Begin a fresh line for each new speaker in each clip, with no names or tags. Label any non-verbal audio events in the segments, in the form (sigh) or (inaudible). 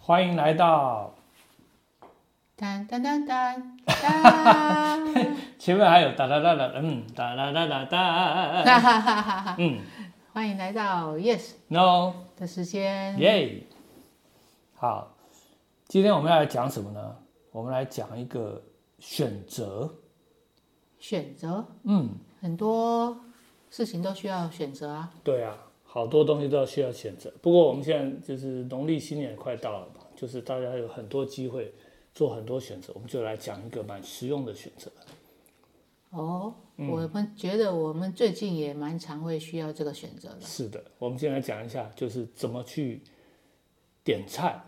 欢迎来到
当当当当当， (laughs)
前面还有哒哒哒哒，嗯，哒哒哒哒哒，
哈哈哈哈哈！
嗯
欢迎来到 Yes
，no，
的时间。
耶、好，今天我们要来讲什么呢？我们来讲一个选择，
选择
嗯，
很多事情都需要选择啊。
对啊，好多东西都要需要选择。不过我们现在就是农历新年快到了嘛，就是大家有很多机会做很多选择，我们就来讲一个蛮实用的选择。
哦，
嗯
我们觉得我们最近也蛮常会需要这个选择的。
是的，我们先来讲一下，就是怎么去点菜。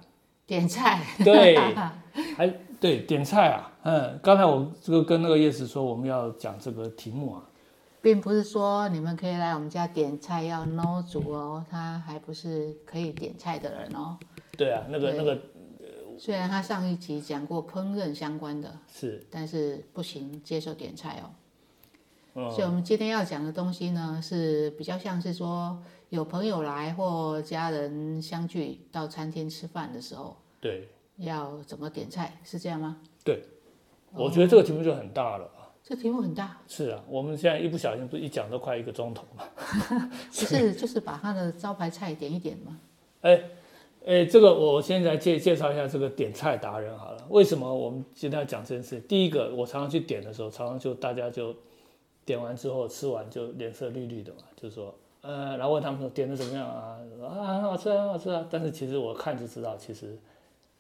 点菜， (laughs)
对，还对点菜啊，嗯，刚才我这个跟那个叶子说我们要讲这个题目啊，
并不是说你们可以来我们家点菜要 no 主哦，他还不是可以点菜的人哦。
对啊，那个那个哦
虽然他上一集讲过烹饪相关的，
是，
但是不行接受点菜哦。
嗯，
所以，我们今天要讲的东西呢，是比较像是说，有朋友来或家人相聚到餐厅吃饭的时候，
对
要怎么点菜，是这样吗？
对，我觉得这个题目就很大了啊。
这题目很大，
(laughs) 是啊，我们现在一不小心不是一讲都快一个钟头嘛？
不是就是把他的招牌菜点一点吗？
哎，这个我先来介介绍一下这个点菜达人好了。为什么我们今天要讲这件事？第一个，我常常去点的时候，常常就大家就点完之后吃完就脸色绿绿的嘛，就说呃，然后问他们说点的怎么样啊？啊，很好吃啊，很好吃啊。但是其实我看就知道，其实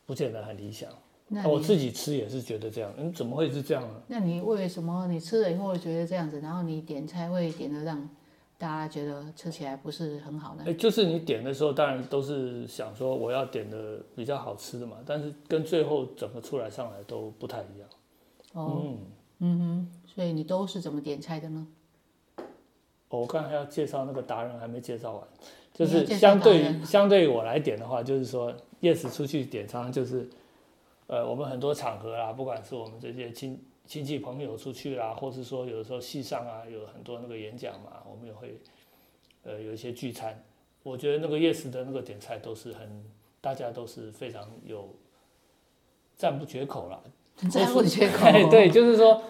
不见得很理想。啊
那
我
你
自己吃也是觉得这样，嗯，怎么会是这样呢？
那你为什么你吃了以后会觉得这样子，然后你点菜会点的让大家觉得吃起来不是很好呢？
哎，就是你点的时候，当然都是想说我要点的比较好吃的嘛，但是跟最后整个出来上来都不太一样。
哦，
嗯。
嗯哼，所以你都是怎么点菜的呢？
哦我刚才要介绍那个达人还没介绍完，就
你要
是
介绍
相对
达
于相对于我来点的话，就是说 yes 出去点餐就是，呃，我们很多场合啊啦，不管是我们这些亲亲戚朋友出去啦，或是说有的时候戏上啊有很多那个演讲嘛，我们也会呃有一些聚餐，我觉得那个 yes 的那个点菜都是很大家都是非常有赞不绝口啦，
(laughs) 这样会觉得
哎 (laughs) 对，就是说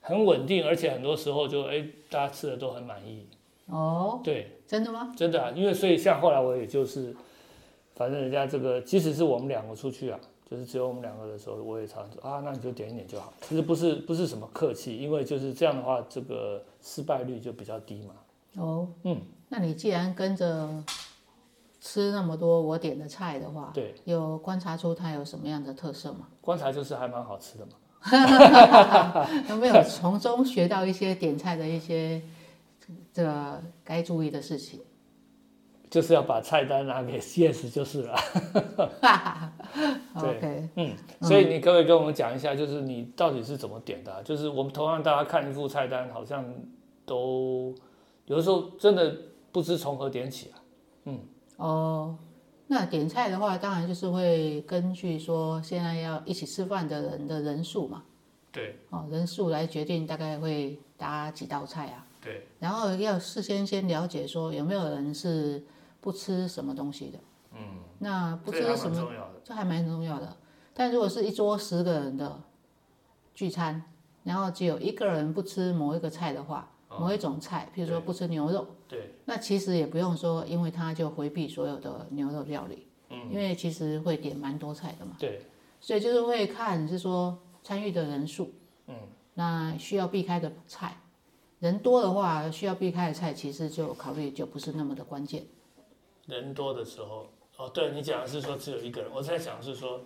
很稳定，而且很多时候就哎大家吃的都很满意，
哦，
对。
真的吗？
真的啊，因为所以像后来我也就是，反正人家这个，即使是我们两个出去啊，就是只有我们两个的时候，我也常常说啊，那你就点一点就好。其实不是不是什么客气，因为就是这样的话，这个失败率就比较低嘛。
哦，
嗯，
那你既然跟着吃那么多我点的菜的话，
对，
有观察出它有什么样的特
(laughs)
色吗？
观察就是还蛮好吃的嘛。
有没有从中学到一些点菜的一些这个该注意的事情？
就是要把菜单拿给 CS 就是了。 (laughs) 对
OK，
嗯， (laughs) 所以你可不可以跟我们讲一下，就是你到底是怎么点的啊、就是我们同样大家看一副菜单，好像都有的时候真的不知从何点起啊。
哦，那点菜的话，当然就是会根据说现在要一起吃饭的人的人数嘛，
对
哦，人数来决定大概会搭几道菜啊，
对。
然后要事先先了解说有没有人是不吃什么东西的，嗯，那不吃
这还蛮
什么
重要的
这还蛮重要的。但如果是一桌十个人的聚餐，然后只有一个人不吃某一个菜的话，
哦
某一种菜，譬如说不吃牛肉，
对，
那其实也不用说，因为他就回避所有的牛肉料理，嗯，因为其实会点蛮多菜的嘛，
对，
所以就是会看是说参与的人数，嗯，那需要避开的菜，人多的话需要避开的菜，其实就考虑就不是那么的关键。
人多的时候，哦，对你讲的是说只有一个人，我在想是说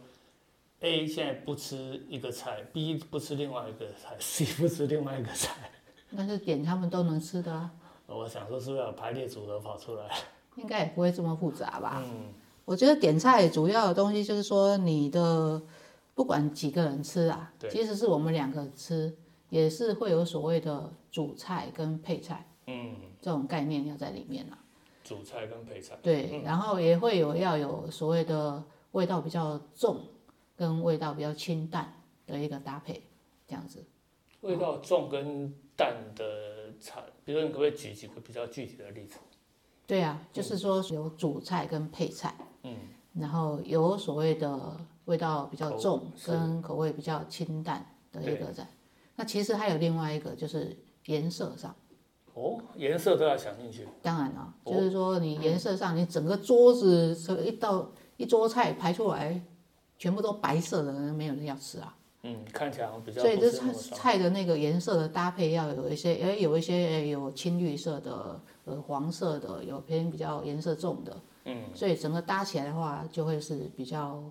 ，A 现在不吃一个菜，B 不吃另外一个菜，C 不吃另外一个菜，哦
但是点他们都能吃的啊，
我想说是不是有排列组合跑出来？
应该也不会这么复杂吧？
嗯，
我觉得点菜主要的东西就是说你的不管几个人吃啊，
对
即使是我们两个吃，也是会有所谓的主菜跟配菜
嗯，
这种概念要在里面啊。
主菜跟配菜，嗯
对，然后也会有要有所谓的味道比较重跟味道比较清淡的一个搭配，这样子。
味道重跟淡的菜，比如说你可不可以举几个比较具体的例子？
对啊，就是说有主菜跟配菜。
嗯，
然后有所谓的味道比较
口
重
是
跟口味比较清淡的一个在。那其实还有另外一个就是颜色上，
哦，颜色都要想进去，
当然啊，
哦
就是说你颜色上，你整个桌子这个一道一桌菜排出来，全部都白色的，没有人要吃啊。
嗯，看起来好像比较
所以
不
这
是那
菜
么爽，
菜的那个颜色的搭配要有一些，哎，有一些哎有青绿色的，呃，黄色的，有偏比较颜色重的，
嗯
所以整个搭起来的话，就会是比较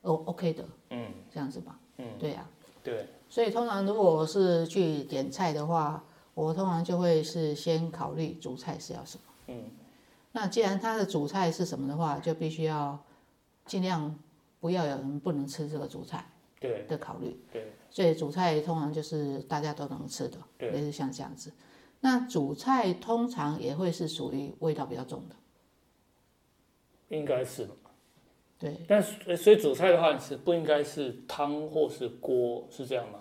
O OK 的
嗯
这样子吧。
嗯，
对呀、
对，
所以通常如果是去点菜的话，我通常就会是先考虑主菜是要什么。
嗯
那既然它的主菜是什么的话，就必须要尽量不要有人不能吃这个主菜
对
的考虑。
对，
所以主菜通常就是大家都能吃的，
对
类似像这样子。那主菜通常也会是属于味道比较重的，
应该是吧。
对，
但是呃所以主菜的话是不应该是汤或是锅，是这样吗？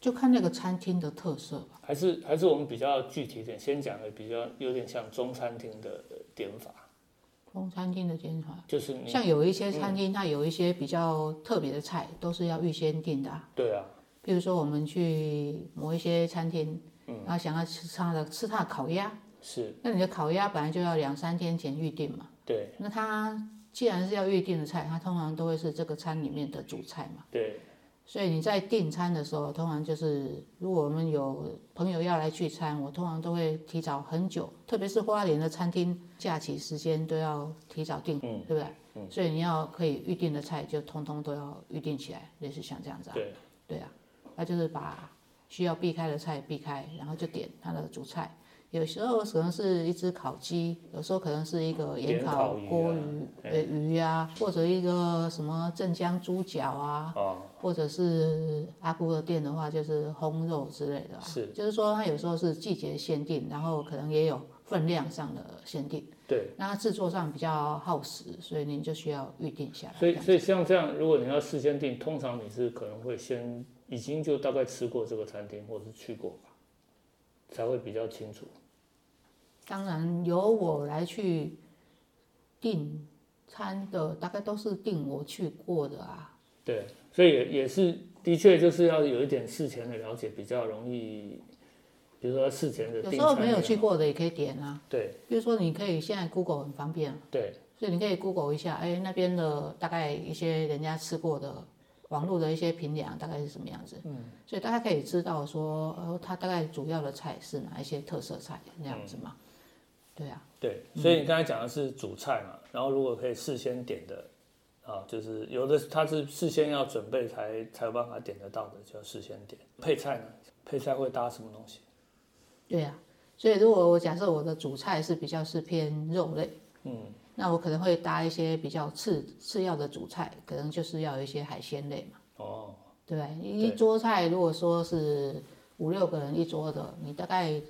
就看那个餐厅的特色吧。
还是还是我们比较具体一点，先讲的比较有点像中餐厅的呃点法，
中餐厅的煎法，
就是你
像有一些餐厅，它有一些比较特别的菜，都是要预先订的啊、
对啊，
譬如说我们去某一些餐厅，然后想要吃它的吃它的烤鸭，
是
那你的烤鸭本来就要两三天前预定嘛。
对
那它既然是要预定的菜，它通常都会是这个餐里面的主菜嘛。
对
所以你在订餐的时候，通常就是如果我们有朋友要来聚餐，我通常都会提早很久，特别是花莲的餐厅，假期时间都要提早订，
嗯
对不对？所以你要可以预定的菜，就通通都要预定起来，类似像这样子啊，
对
对啊，那就是把需要避开的菜避开，然后就点它的主菜。有时候可能是一只烤鸡，有时候可能是一个盐
盐烤鱼啊
锅鱼、呃鱼啊，或者一个什么镇江猪脚啊，
啊
或者是阿姑的店的话，就是烘肉之类的、啊，
是，
就是说它有时候是季节限定，然后可能也有分量上的限定，
对，
那它制作上比较耗时，所以您就需要预定下来。
所以所以像这样，如果你要事先订，通常你是可能会先已经就大概吃过这个餐厅或者是去过吧，才会比较清楚。
当然由我来去订餐的，大概都是订我去过的啊，
对，所以也也是的确就是要有一点事前的了解，比较容易，比如说事前的
有
订
时
餐
候没有去过的也可以点啊，
对
比如说你可以现在 Google 很方便啊。
对
所以你可以 Google 一下，哎，那边的大概一些人家吃过的网络的一些评量大概是什么样子，嗯，所以大家可以知道说，呃，它大概主要的菜是哪一些特色菜那样子嘛，对啊，
对，所以你刚才讲的是主菜嘛，然后如果可以事先点的。啊，就是有的它是事先要准备才才有办法点得到的，就要事先点。配菜呢？配菜会搭什么东西？
对啊，所以如果我假设我的主菜是比较是偏肉类，嗯，那我可能会搭一些比较次次要的主菜，可能就是要有一些海鲜类嘛，
哦，
对吧一桌菜如果说是五六个人一桌的，你大概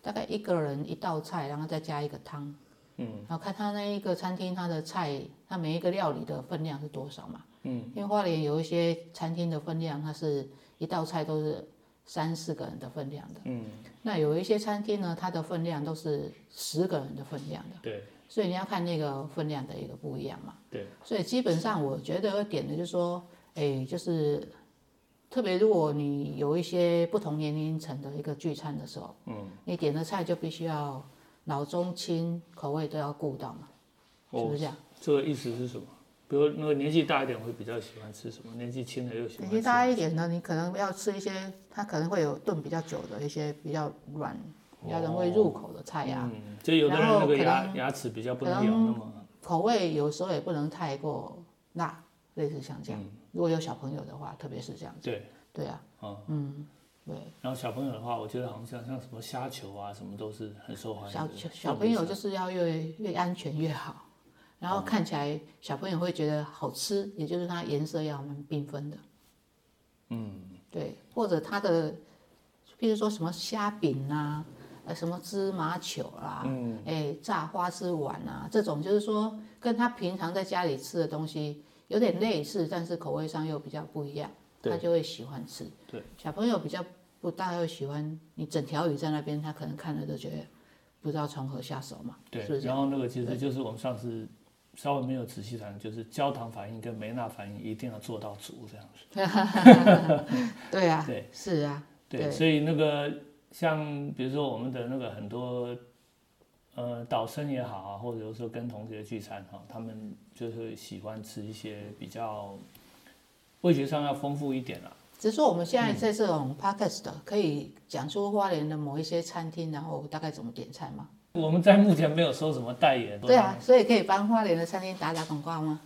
大概一个人一道菜，然后再加一个汤。
嗯，
然后看他那一个餐厅，它的菜，它每一个料理的分量是多少嘛？
嗯，
因为花莲有一些餐厅的分量，它是一道菜都是三四个人的分量的。
嗯，
那有一些餐厅呢，它的分量都是十个人的分量的，
对
所以你要看那个分量的一个不一样嘛。
对，
所以基本上我觉得点的就是说，哎，就是特别如果你有一些不同年龄层的一个聚餐的时候，嗯，你点的菜就必须要老中青口味都要顾到嘛，是不是这样？
这个意思是什么？比如那个年纪大一点会比较喜欢吃什么，年纪轻的又喜欢
年
吃
纪大一点的，你可能要吃一些，它可能会有炖比较久的一些比较软、比较容易入口的菜呀、
嗯，就有的人
然后
那个
可
牙
能
牙齿比较不
可
能咬那么，
口味有时候也不能太过辣，类似像这样。如果有小朋友的话，特别是这样子。
对，
嗯对啊，
啊
嗯，对。
然后小朋友的话，我觉得好像像像什么虾球啊，什么都是很受欢迎
小
的。
小小朋友就是要越越安全越好，然
哦
后看起来小朋友会觉得好吃，也就是它颜色要蛮缤纷的，嗯，对，或者它的，比如说什么虾饼啊，呃，什么芝麻球啦、嗯，哎，炸花枝丸啊，这种就是说跟他平常在家里吃的东西有点类似，但是口味上又比较不一样，
对
他就会喜欢吃。
对，
小朋友比较不大会喜欢你整条鱼在那边，他可能看了都觉得。不知道从何下手嘛。
对
是不，是
然后那个其实就是我们上次稍微没有仔细谈，就是焦糖反应跟梅纳反应一定要做到足这样子。
对啊，
对，
是啊，
对，所以那个像比如说我们的那个很多，呃，导生也好啊，或者说跟同学聚餐哈、他们就是喜欢吃一些比较味觉上要丰富一点啦、
只是说我们现在在这种 podcast 的可以讲出花莲的某一些餐厅，然后大概怎么点菜吗？
我们在目前没有收什么代言，
对啊，所以可以帮花莲的餐厅打打广告啊吗？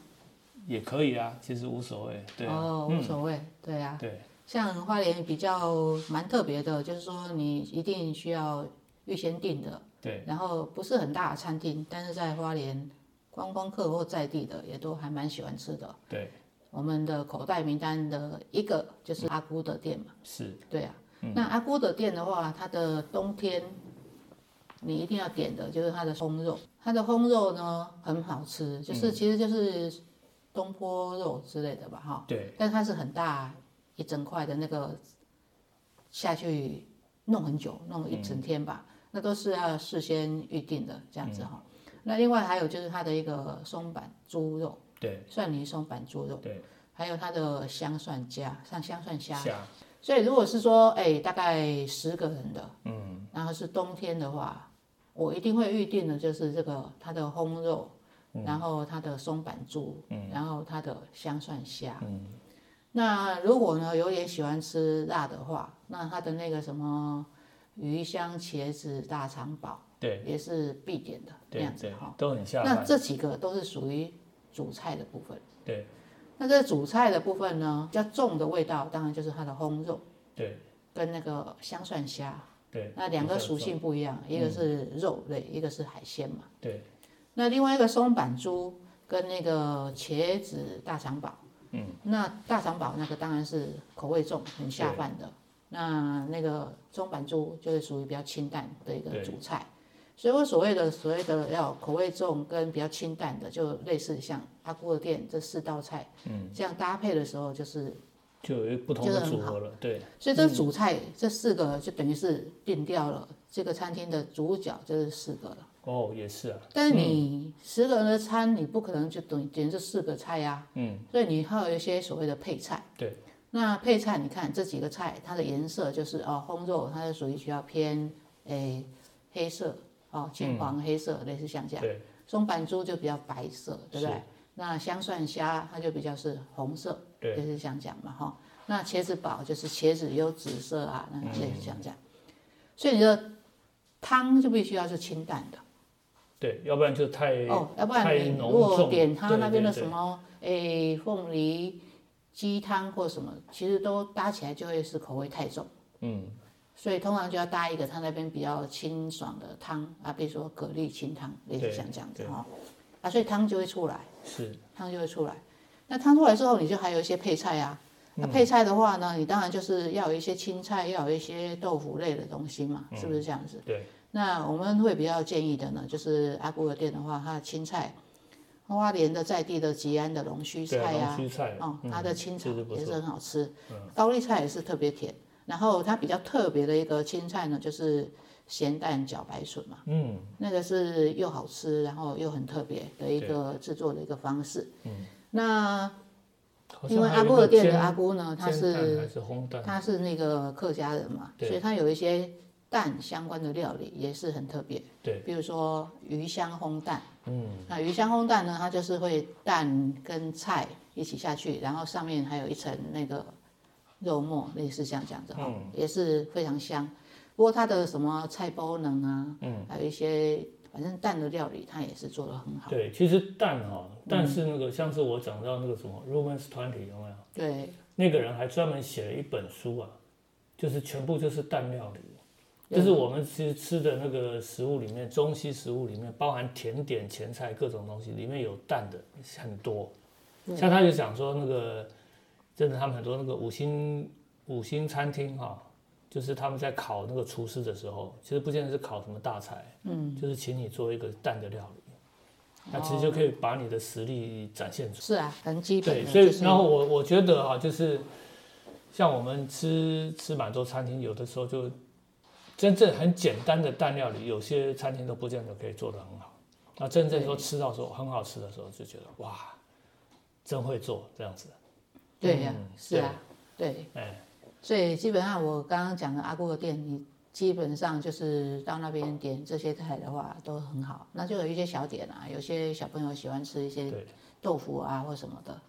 也可以啊，其实无所谓，对啊，
哦，无所谓，对啊。
对，
像花莲比较蛮特别的，就是说你一定需要预先订的，
对，
然后不是很大的餐厅，但是在花莲观光客或在地的也都还蛮喜欢吃的。
对，
我们的口袋名单的一个就是阿姑的店嘛，
是，
对啊。
嗯
那阿姑的店的话，它的冬天你一定要点的就是它的烘肉，它的烘肉呢很好吃，
嗯
就是、其实就是东坡肉之类的吧，哈。
对，
但它是很大一整块的那个下去弄很久，弄了一整天吧，那都是要事先预定的这样子哈、那另外还有就是它的一个松板猪肉，
对，
蒜泥松板猪肉，对，还有它的香蒜虾，像香蒜虾。
虾，
所以如果是说，哎、大概十个人的，嗯，然后是冬天的话，我一定会预定的就是这个它的烘肉，
嗯
然后它的松板猪，嗯，然后它的香蒜虾，嗯。那如果呢有点喜欢吃辣的话，那它的那个什么鱼香茄子大肠堡，
对，
也是必点的那
对
样子
对
哈。，
都很下
那
饭，
这几个都是属于主菜的部分。
对
那这主菜的部分呢，比较重的味道当然就是它的烘肉。
对
跟那个香蒜虾，
对，
那两个
比较
属性不一样，一个是肉类，一个是海鲜嘛。
嗯对
那另外一个松板猪跟那个茄子大肠堡，嗯，那大肠堡那个当然是口味重，很下饭的。那那个松板猪就是属于比较清淡的一个
对
主菜，所以我所谓的所谓的要口味重跟比较清淡的，就类似像阿姑的店这四道菜，嗯，这样搭配的时候就是
就有一个不同的组合了，对
所以这主菜、这四个就等于是定掉了，这个餐厅的主角就是四个了。
哦，也是啊，
但是你十个人的餐，你不可能就等点这四个菜呀、嗯，所以你还有一些所谓的配菜。
对
那配菜，你看这几个菜，它的颜色就是哦，烘肉它是属于比较偏诶、黑色哦，浅黄黑色，类似像这样。
嗯对
松板猪就比较白色，对不
是
对？那香蒜虾它就比较是红色，
对
就是像这样嘛哈。那茄子堡就是茄子有紫色啊，
嗯
那类似像这样。所以你的汤就必须要是清淡的
对，要不然就太
哦，要不然
太
你如
浓
果
重
点它
对
那边
对
的
对
什么诶凤梨鸡汤或什么，其实都搭起来就会是口味太重。
嗯
所以通常就要搭一个他那边比较清爽的汤啊，比如说蛤蜊清汤，类似
对
像这样子
对
哈、啊，所以汤就会出来。
是
汤就会出来。那汤出来之后，你就还有一些配菜啊。
嗯
那配菜的话呢，你当然就是要有一些青菜，要有一些豆腐类的东西嘛，是不是这样子？
嗯对
那我们会比较建议的呢，就是阿姑的店的话，它的青菜，花莲的在地的吉安的龙须
对
菜呀、
啊，龙须菜
哦，它的青草
这是不
也
错嗯
是很好吃，高丽菜也是特别甜。然后它比较特别的一个青菜呢，就是咸蛋茭白笋嘛，
嗯
那个是又好吃，然后又很特别的一个制作的一个方式。嗯，那
好像
因为
还
阿
有
姑
那
的
个
店的
煎
阿姑呢，她
煎
是
蛋还是烘蛋，
她是那个客家人嘛，
对
所以她有一些蛋相关的料理也是很特别，
对
比如说鱼香烘蛋。
嗯
那鱼香烘蛋呢，它就是会蛋跟菜一起下去，然后上面还有一层那个肉末，类似像这样子哈、
嗯
也是非常香。不过它的什么菜包能啊，嗯，还有一些反正蛋的料理，它也是做的很嗯好。嗯
对，其实蛋哈，但是那个像是我讲到那个什么 Romans 团体哦有没有？
对，
那个人还专门写了一本书啊，就是全部就是蛋料理。就是我们其实吃的那个食物里面，中西食物里面包含甜点、前菜各种东西，里面有蛋的很多。像他就讲说，那个真的他们很多那个五星五星餐厅哈、就是他们在烤那个厨师的时候，其实不见得是烤什么大菜，嗯，就是请你做一个蛋的料理，那其实就可以把你的实力展现出来。
是啊，很基本
对，
的。
所以
就是
然后我我觉得哈、就是像我们吃吃蛮多餐厅，有的时候就真正很简单的蛋料理，有些餐厅都不见得可以做得很好。那真正说吃到说很好吃的时候，就觉得哇，真会做这样子。
对呀、
嗯
是啊，对，
哎，
所以基本上我刚刚讲的阿姑的店，你基本上就是到那边点这些菜的话都很好，那就有一些小点啊，有些小朋友喜欢吃一些
对
豆腐啊或什么的，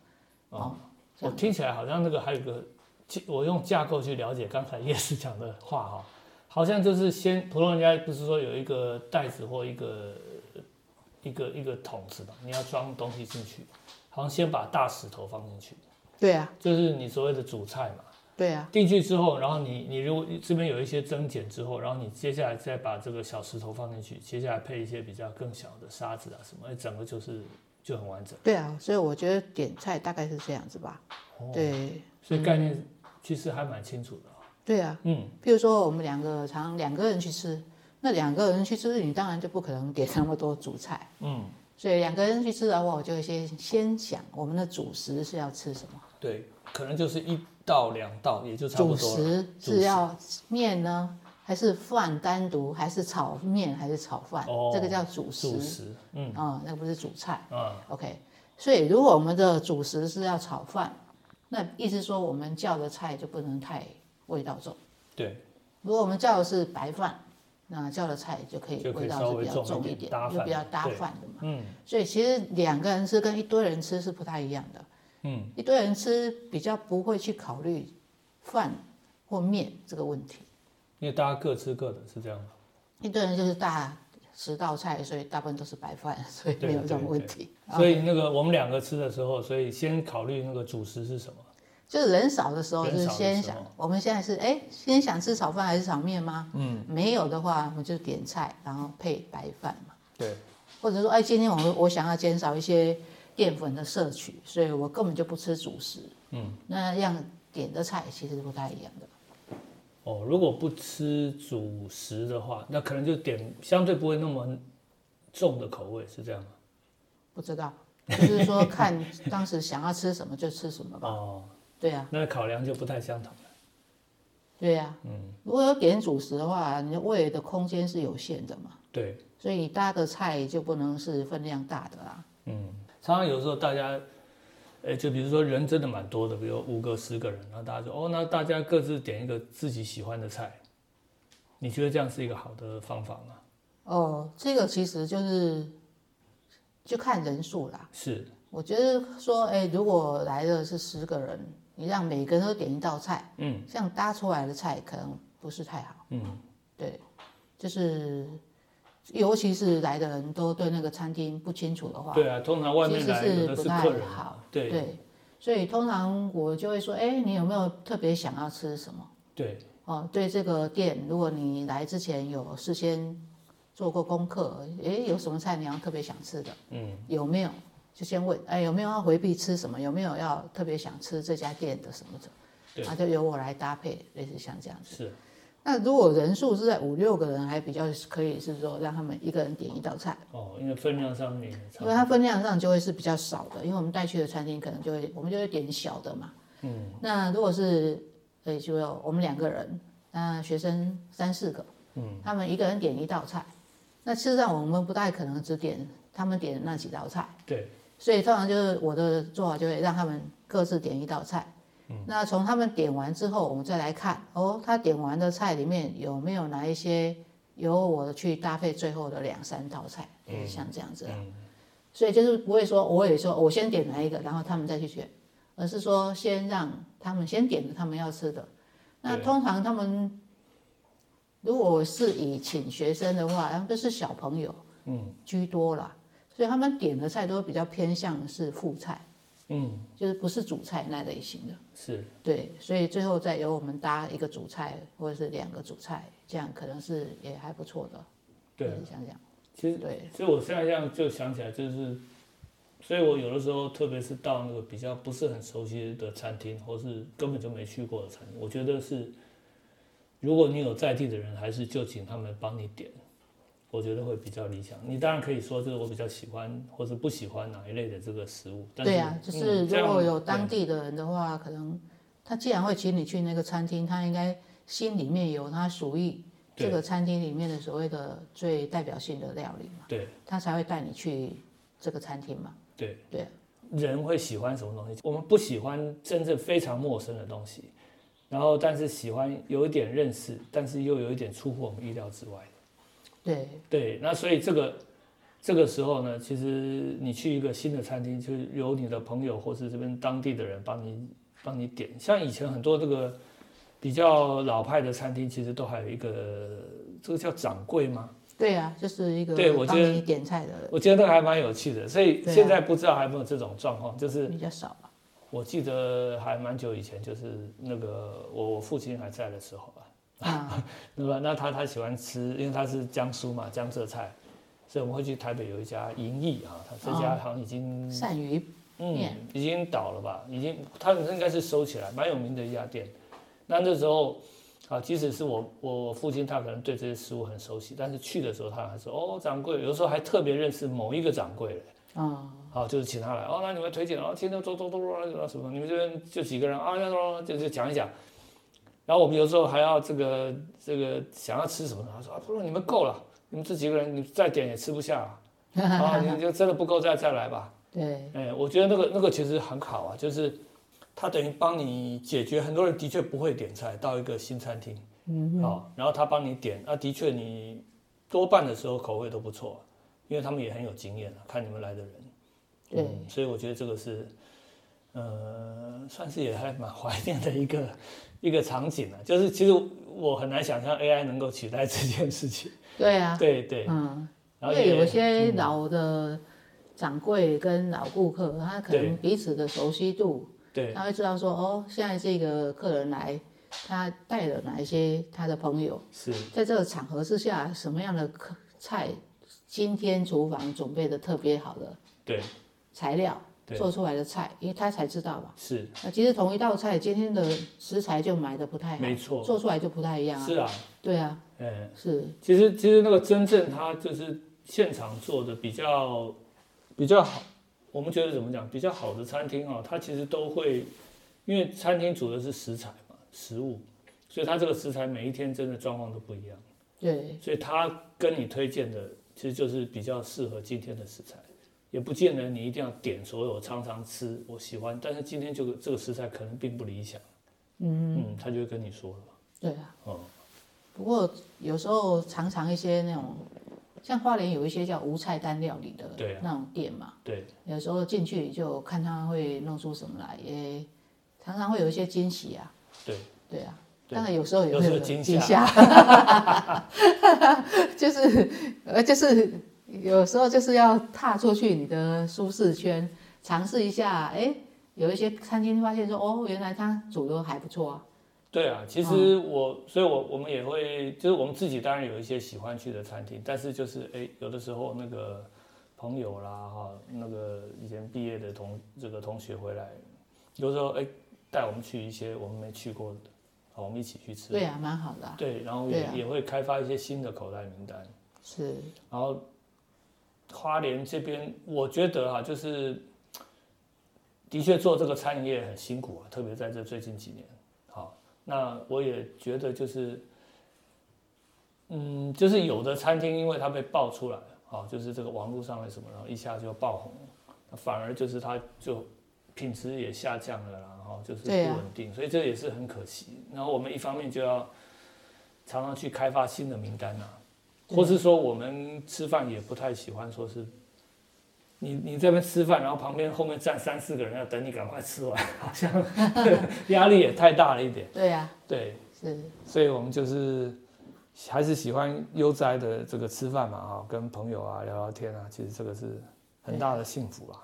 哦，这
我
样
听起来好像那个还有一个，其我用架构去了解刚才叶师讲的话哈，好像就是先普通人家不是说有一个袋子或一个呃一个一个桶子嘛，你要装东西进去，好像先把大石头放进去，
对啊，
就是你所谓的主菜嘛。
对啊，
进去之后，然后你你如果这边有一些增减之后，然后你接下来再把这个小石头放进去，接下来配一些比较更小的沙子啊什么，哎整个就是就很完整。
对啊，所以我觉得点菜大概是这样子吧，
哦，
对，
所以概念其实还蛮清楚的啊。
对啊，
嗯，
譬如说我们两个常两个人去吃，那两个人去吃，你当然就不可能点那么多主菜。
嗯，
所以两个人去吃的话，我就会先先想我们的主食是要吃什么，
对，可能就是一到两道也就差不
主
多了。
食
主食
是要面呢，还是饭单独，还是炒面，还是炒饭？
哦
这个叫主食
主食，嗯
啊、那个不是主菜。
啊，
OK，所以如果我们的主食是要炒饭，那意思说我们叫的菜就不能太味道重。
对，
如果我们叫的是白饭，那叫的菜就可以
就可以
味
稍
道是
微
比较
重
重
一
一
点
点
搭，
就比较
饭
搭
对
饭的嘛。
嗯
所以其实两个人吃跟一堆人吃是不太一样的。
嗯，
一堆人吃比较不会去考虑饭或面这个问题。
因为大家各吃各的，是这样吗？
一堆人就是大十道菜，所以大部分都是白饭， (laughs) 所以
对
没有这种问题。啊
所以那个我们两个吃的时候，所以先考虑那个主食是什么。
就是人少的时候，就是
人少
先
的时
想
候
我们现在是哎，先想吃炒饭还是炒面吗？
嗯，
没有的话，我们就点菜，然后配白饭嘛。
对，
或者说，哎，今天我我想要减少一些淀粉的摄取，所以我根本就不吃主食。
嗯，
那样点的菜其实不太一样的。
哦，如果不吃主食的话，那可能就点相对不会那么重的口味，是这样吗？
不知道，就是说看当时想要吃什么就吃什么 (laughs) 吧。
哦，
对啊呀、
那考量就不太相同了。
对呀、嗯，如果有点主食的话，你的胃的空间是有限的嘛，
对，
所以你搭的菜就不能是分量大的啊。
嗯，常常有时候大家，呃，就比如说人真的蛮多的，比如五个、十个人，然后大家说，哦，那大家各自点一个自己喜欢的菜，你觉得这样是一个好的方法吗？
哦，这个其实就是就看人数啦。
是，
我觉得说，哎，如果来的是十个人，你让每个人都点一道菜，
嗯
这样搭出来的菜可能不是太好。
嗯，
对，就是尤其是来的人都对那个餐厅不清楚的话，
对啊，通常外面来
其实是
有的是
不太
客人嘛
好，
对
所以通常我就会说，哎，你有没有特别想要吃什么？
对，
哦，对这个店，如果你来之前有事先做过功课，哎，有什么菜你要特别想吃的？
嗯，
有没有？就先问，哎，有没有要回避吃什么？有没有要特别想吃这家店的什么
对
的？啊，就由我来搭配，类似像这样。
是，
那如果人数是在五六个人，还比较可以是说让他们一个人点一道菜。
哦，因为分量上面也差不
因
多
为它分量上就会是比较少的，因为我们带去的餐厅可能就会我们就会点小的嘛。嗯，那如果是呃，就有我们两个人，那学生三四个，嗯，他们一个人点一道菜，那事实上我们不太可能只点他们点的那几道菜，
对，
所以通常就是我的做法就会让他们各自点一道菜。嗯，那从他们点完之后，我们再来看哦，他点完的菜里面有没有哪一些由我去搭配最后的两三道菜，就是像这样子。
嗯，
所以就是不会说哦我也说我先点来一个，然后他们再去选，而是说先让他们先点他们要吃的。那
对
通常他们如果是以请学生的话，他们都是小朋友，嗯，居多啦，所以他们点的菜都比较偏向是副菜，
嗯，
就是不是主菜那类型的。
是，
对，所以最后再由我们搭一个主菜或者是两个主菜，这样可能是也还不错的。
对，啊
就是像这样，
其实
对，
所以我现在这样就想起来，就是，所以我有的时候，特别是到那个比较不是很熟悉的餐厅，或是根本就没去过的餐厅，我觉得是，如果你有在地的人，还是就请他们帮你点，我觉得会比较理想。你当然可以说，就是我比较喜欢或是不喜欢哪一类的这个食物，但是
对啊，就
嗯
是
这
如
样
果有当
对
地的人的话，可能他既然会请你去那个餐厅，他应该心里面有他属意这个餐厅里面的所谓的最代表性的料理嘛，
对
他才会带你去这个餐厅嘛。
对
对，
人会喜欢什么东西？我们不喜欢真正非常陌生的东西，然后但是喜欢有一点认识，但是又有一点出乎我们意料之外。
对，
对，那所以这个这个时候呢，其实你去一个新的餐厅，就是由你的朋友或是这边当地的人帮你帮你点。像以前很多这个比较老派的餐厅，其实都还有一个这个叫掌柜吗？
对啊，就是一个
对我
帮
觉得
你点菜的
我觉得那个还蛮有趣的。所以
呃对啊
现在不知道还有没有这种状况，就是
比较少吧。
我记得还蛮久以前，就是那个我我父亲还在的时候吧， (laughs)
啊，
那么那他他喜欢吃，因为他是江苏嘛，江浙菜，所以我们会去台北有一家银翼啊，他这家好像已经、
鳝鱼
嗯
面
已经倒了吧，已经他应该是收起来，蛮有名的一家店。那那时候啊，即使是我我父亲他可能对这些食物很熟悉，但是去的时候他还说哦掌柜，有时候还特别认识某一个掌柜。
啊，
好，就是请他来哦，那你们推荐哦，今天走走走走走什么？你们这边就几个人啊，那那就就讲一讲。然后我们有时候还要这个这个想要吃什么，他说啊，不如你们够了，你们这几个人你再点也吃不下啊，啊你就真的不够再再来吧。
对，
哎，我觉得那个那个其实很好啊，就是他等于帮你解决很多人的确不会点菜，到一个新餐厅，嗯，好，然后他帮你点，啊，的确你多半的时候口味都不错，啊因为他们也很有经验啊，看你们来的人。
对
嗯，所以我觉得这个是，呃，算是也还蛮怀念的一个 (laughs) 一个场景啊。就是其实我很难想象 AI 能够取代这件事情。
对啊，
对对，
嗯，因
然后
为有
也
一些老的掌柜跟老顾客，他可能彼此的熟悉度，
嗯对
他会知道说，哦，现在这个客人来，他带了哪一些他的朋友，
是，
在这个场合之下，什么样的客菜，今天厨房准备的特别好的
对
材料
对
做出来的菜，因为他才知道嘛。
是，
那其实同一道菜，今天的食材就买的不太好，
没错
做出来就不太一样啊。
是啊，
对啊，
嗯，
是，
其实其实那个真正它就是现场做的比较比较好，我们觉得怎么讲比较好的餐厅啊、它其实都会，因为餐厅煮的是食材嘛，食物，所以它这个食材每一天真的状况都不一样。
对
所以他跟你推荐的其实就是比较适合今天的食材，也不见得你一定要点所有常常吃我喜欢，但是今天就这个食材可能并不理想，嗯他就会跟你说了，
对啊。
哦、
不过有时候常常一些那种，像花莲有一些叫无菜单料理的
对啊
那种店嘛，
对
有时候进去就看他会弄出什么来，也常常会有一些惊喜啊。
对，
对啊，
对
当然有时候也
有
会
时候惊
惊
吓
吓， (laughs) 就是呃就是有时候就是要踏出去你的舒适圈，尝试一下，哎。有一些餐厅发现说，哦，原来他煮的还不错啊，
对啊，其实
嗯
我，所以我我们也会，就是我们自己当然有一些喜欢去的餐厅，但是就是哎，有的时候那个朋友啦哈，那个以前毕业的同这个同学回来，有时候哎带我们去一些我们没去过的，好，我们一起去吃。
对啊，蛮好的啊、
对，然后
对
也、
啊
也会开发一些新的口袋名单。
是，
然后花莲这边，我觉得啊，就是的确做这个餐饮业很辛苦啊，特别在这最近几年。好，那我也觉得就是，嗯，就是有的餐厅因为它被爆出来，好，就是这个网络上的什么，然后一下就爆红，那反而就是它就品质也下降了啦，然后就是不
对啊
稳定，所以这也是很可惜。然后我们一方面就要常常去开发新的名单啊，或是说我们吃饭也不太喜欢说是。你你这边吃饭，然后旁边后面站三四个人要等你赶快吃完，好像压力也太大了一点。
对啊，
对，
是，
所以我们就是还是喜欢悠哉的这个吃饭嘛啊，跟朋友啊聊聊天啊，其实这个是很大的幸福啊啦。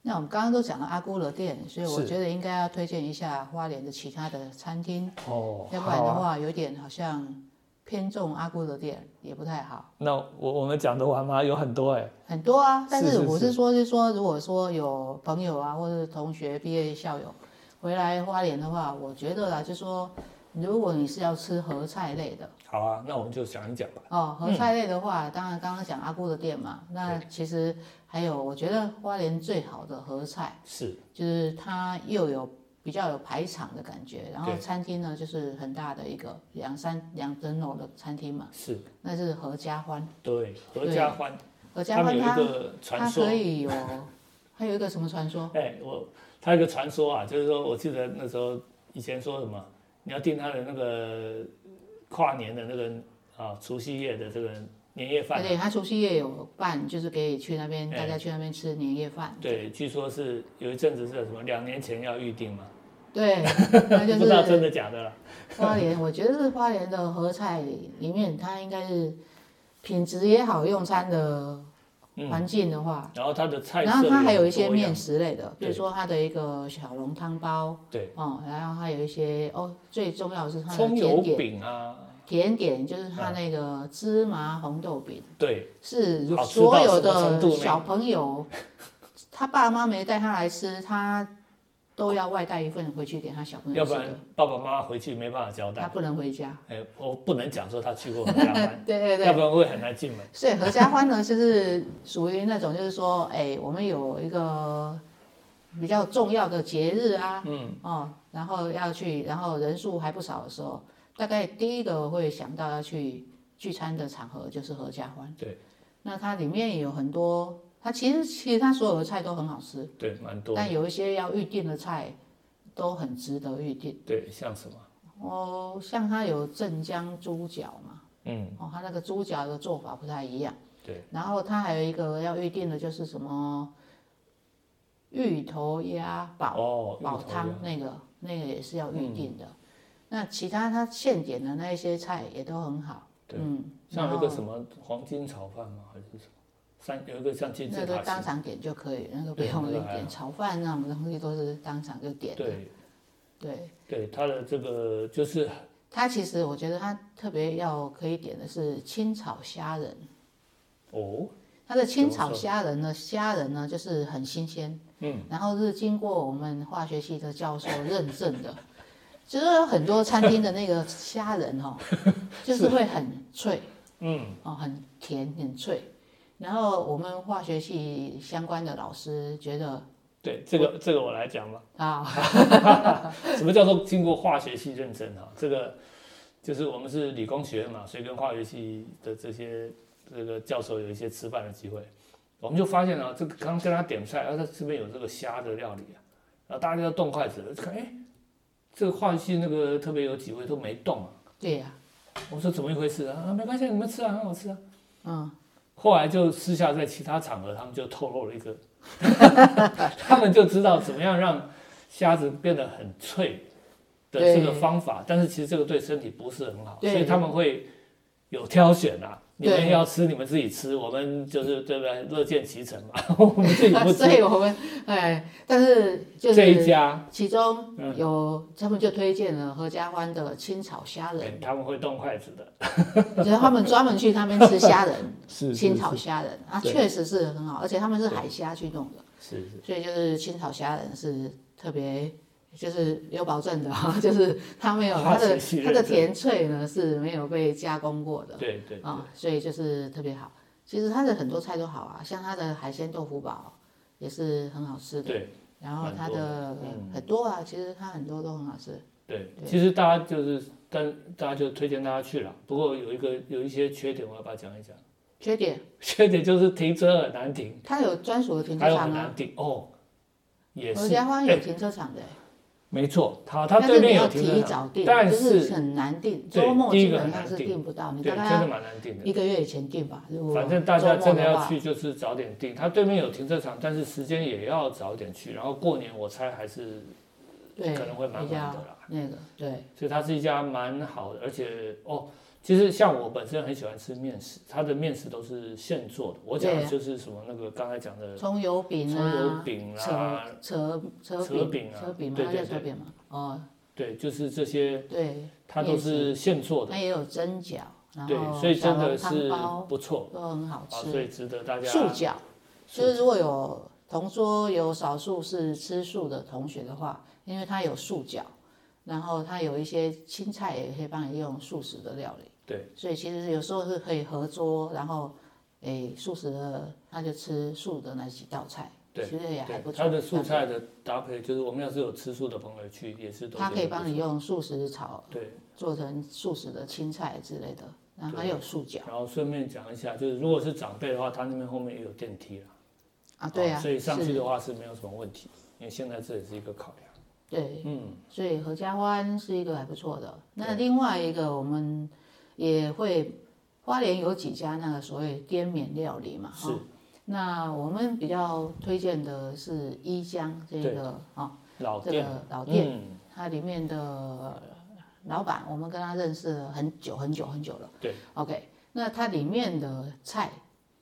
那我们刚刚都讲了阿姑的店，所以我
是
觉得应该要推荐一下花莲的其他的餐厅，
哦
要不然的话、有点好像偏重阿姑的店也不太好。
那我我们讲得完吗？有很多哎、
很多啊，但
是
是
是
我
是
是说，是说，如果说有朋友啊，或者是同学、毕业校友回来花莲的话，我觉得啊，就说如果你是要吃合菜类的
好啊，那我们就讲一讲吧。嗯
哦，合菜类的话，当然刚刚讲阿姑的店嘛，那其实还有，我觉得花莲最好的合菜
是
就是它又有比较有排场的感觉。然后
对
餐厅呢，就是很大的一个两三两层楼的餐厅嘛，
是
那是合家欢。
对合
对
家欢，
合
他
家
们
欢
有一
它
个传
它
说
可，以有，还有一个什么传说？
哎，我他有一个传说啊，就是说我记得那时候以前说什么，你要订他的那个跨年的那个啊除夕夜的这个年夜饭啊、
对，他除夕夜有办，就是可以去那边，
哎
大家去那边吃年夜饭。
对，据说是有一阵子是什么两年前要预定嘛，
对，那就
不知道真
是
的假的啦。
花莲，我觉得是花莲的合菜里面，它应该是品质也好，用餐的环境的话，
然后它的嗯菜色，
啊然后它还有一些面，食类的，比
对
如说它的一个小笼汤包，
对，
哦、然后还有一些哦，最重要的是它的
葱油
甜点，
饼啊，
甜点就是它那个芝麻红豆饼。
对，
是
好吃
所
到
有
什么程度
的
呢
小朋友，他爸妈没带他来吃，他都要外带一份回去给他小朋友
要
吃
不然
嗯
哦
的，
爸爸妈妈回去没办法交
(laughs)
代。
他不能回家。
哎，我不能讲说他去过合家欢，
(laughs) 对对
要
对，
不然会很难进门。
所以合家欢呢，就是属于那种，就是说，哎，我们有一个比较重要的节日啊，嗯，哦，然后要去，然后人数还不少的时候，大概第一个会想到要去聚餐的场合就是合家欢。
对，
那它里面也有很多，它其实其实它所有的菜都很好吃，
对，蛮多。
但有一些要预定的菜都很值得预定。
对，像什么？
哦，像它有镇江猪脚嘛，
嗯，
哦，它那个猪脚的做法不太一样。
对，
然后它还有一个要预定的就是什么芋头鸭煲
哦，
煲
芋头
汤那个那个也是要预定的。
嗯
那其他它现点的那一些菜也都很好。
对
嗯，
像有
然
一
后
个什么黄金炒饭吗？还是什么？三有一个像金字
那个
塔
当
形。
场点就可以，那个不
对
用
那个还
点炒饭那种东西都是当场就点。
对
对，
对，它的这个就是
它其实我觉得它特别要可以点的是清炒虾仁，
哦，
它的清炒虾仁呢，虾仁呢就是很新鲜，嗯，然后是经过我们化学系的教授认证的，就是有很多餐厅的那个虾
(laughs)
仁哦，就是会很脆，嗯，哦，很甜很脆。然后我们化学系相关的老师觉得
对，这个这个我来讲吧。
啊，
什么叫做经过化学系认证啊？这个就是我们是理工学院嘛，所以跟化学系的这些这个教授有一些吃饭的机会，我们就发现啊，这个刚跟他点菜，然后他这边有这个虾的料理啊，然后大家都动筷子了，看哎，这个化学系那个特别有几位都没动啊，
对呀、
我说怎么一回事啊？啊，没关系，你们吃啊，很好吃啊。
嗯。
后来就私下在其他场合，他们就透露了一个， (laughs) 他们就知道怎么样让虾子变得很脆的这个方法，但是其实这个对身体不是很好，所
对
以他们会有挑选啊。你们
对
要吃，你们自己吃，我们就是对不对？乐见其成嘛， (laughs) 我们自己
(laughs)
不
所
吃。
以我们哎，但是就
这一啊嗯
是
家，
其中有、他们就推荐了合家欢的清炒虾仁，
哎他们会动筷子的，
就是他们专门去那边吃虾仁，
是
清炒虾仁啊，
对
确实是很好，而且他们是海虾去弄的，
是
所以就是清炒虾仁是特别。就是有保证的哈， (laughs) 就是它没有
化
它
学
的
系认
它的
证
甜脆呢是没有被加工过的，
对对
啊、所以就是特别好。其实它的很多菜都好啊，像它的海鲜豆腐煲也是很好吃的。
对
然后它
蛮多嗯
的很多啊，其实它很多都很好吃。
对，其实大家就是，但大家就推荐大家去了。不过有一个有一些缺点，我要把它讲一讲。
缺点，
缺点就是停车很难停，
它有专属的停
还
车
有
场
很
啊，
难停哦，也
合
是
家欢
哎
有停车场的欸、
没错，它啊它
但
对
是你
面
要
有
提
停车场，
早订，
但
就是
是
很难订，
对
周末
第一
基
个
本
很
上
难
是
订
订不到，你
对
大概
真的
要
蛮难停的。
一个月以前订吧。如果
反正大家
周末
真的
的
要
话，
去，就是早点订。它对面有停车场，但是时间也要早点去。然后过年我猜还是
对，
可能会蛮
比较
晚的啦
那个，对，
所以它是一家蛮好的，而且哦，其实像我本身很喜欢吃面食，它的面食都是现做的。我讲
对
的
啊
就是什么那个刚才讲的
葱油饼
葱油
啊，
饼啦，
扯扯扯
扯
饼
饼啊
扯饼嘛，
对
它
对
叫扯
对
饼嘛，哦，
对，就是这些，
对，
它都是现做的，
它也有蒸饺，然
对，
后
所以
小
真的
笼汤
是
包
不错
都很好
啊，
吃。
所以值得大家
素饺，
素
就是如果有同桌有少数是吃素的同学的话，因为它有素饺，然后它有一些青菜也可以帮你用素食的料理，
对，
所以其实有时候是可以合桌，然后诶素食的他就吃素的那几道菜，
对
其实也还不
对，
错。
它的素菜的搭配，就是我们要是有吃素的朋友去，也是都
它
觉
可以
得不
帮你
错
用素食炒
对。
做成素食的青菜之类的，然后还有素饺
然后顺便讲一下，就是如果是长辈的话，他那边后面也有电梯了。
啊，对啊，
所以上去
是
的话是没有什么问题，因为现在这也是一个考量。
对，
嗯，
所以合家欢是一个还不错的。那另外一个我们也会，花莲有几家那个所谓滇缅料理嘛，
是
哈。那我们比较推荐的是伊江这个啊，
老
这
店，嗯
个老店，
店，
它里面的老板，我们跟他认识了很久很久很久了。
对
，OK，那它里面的菜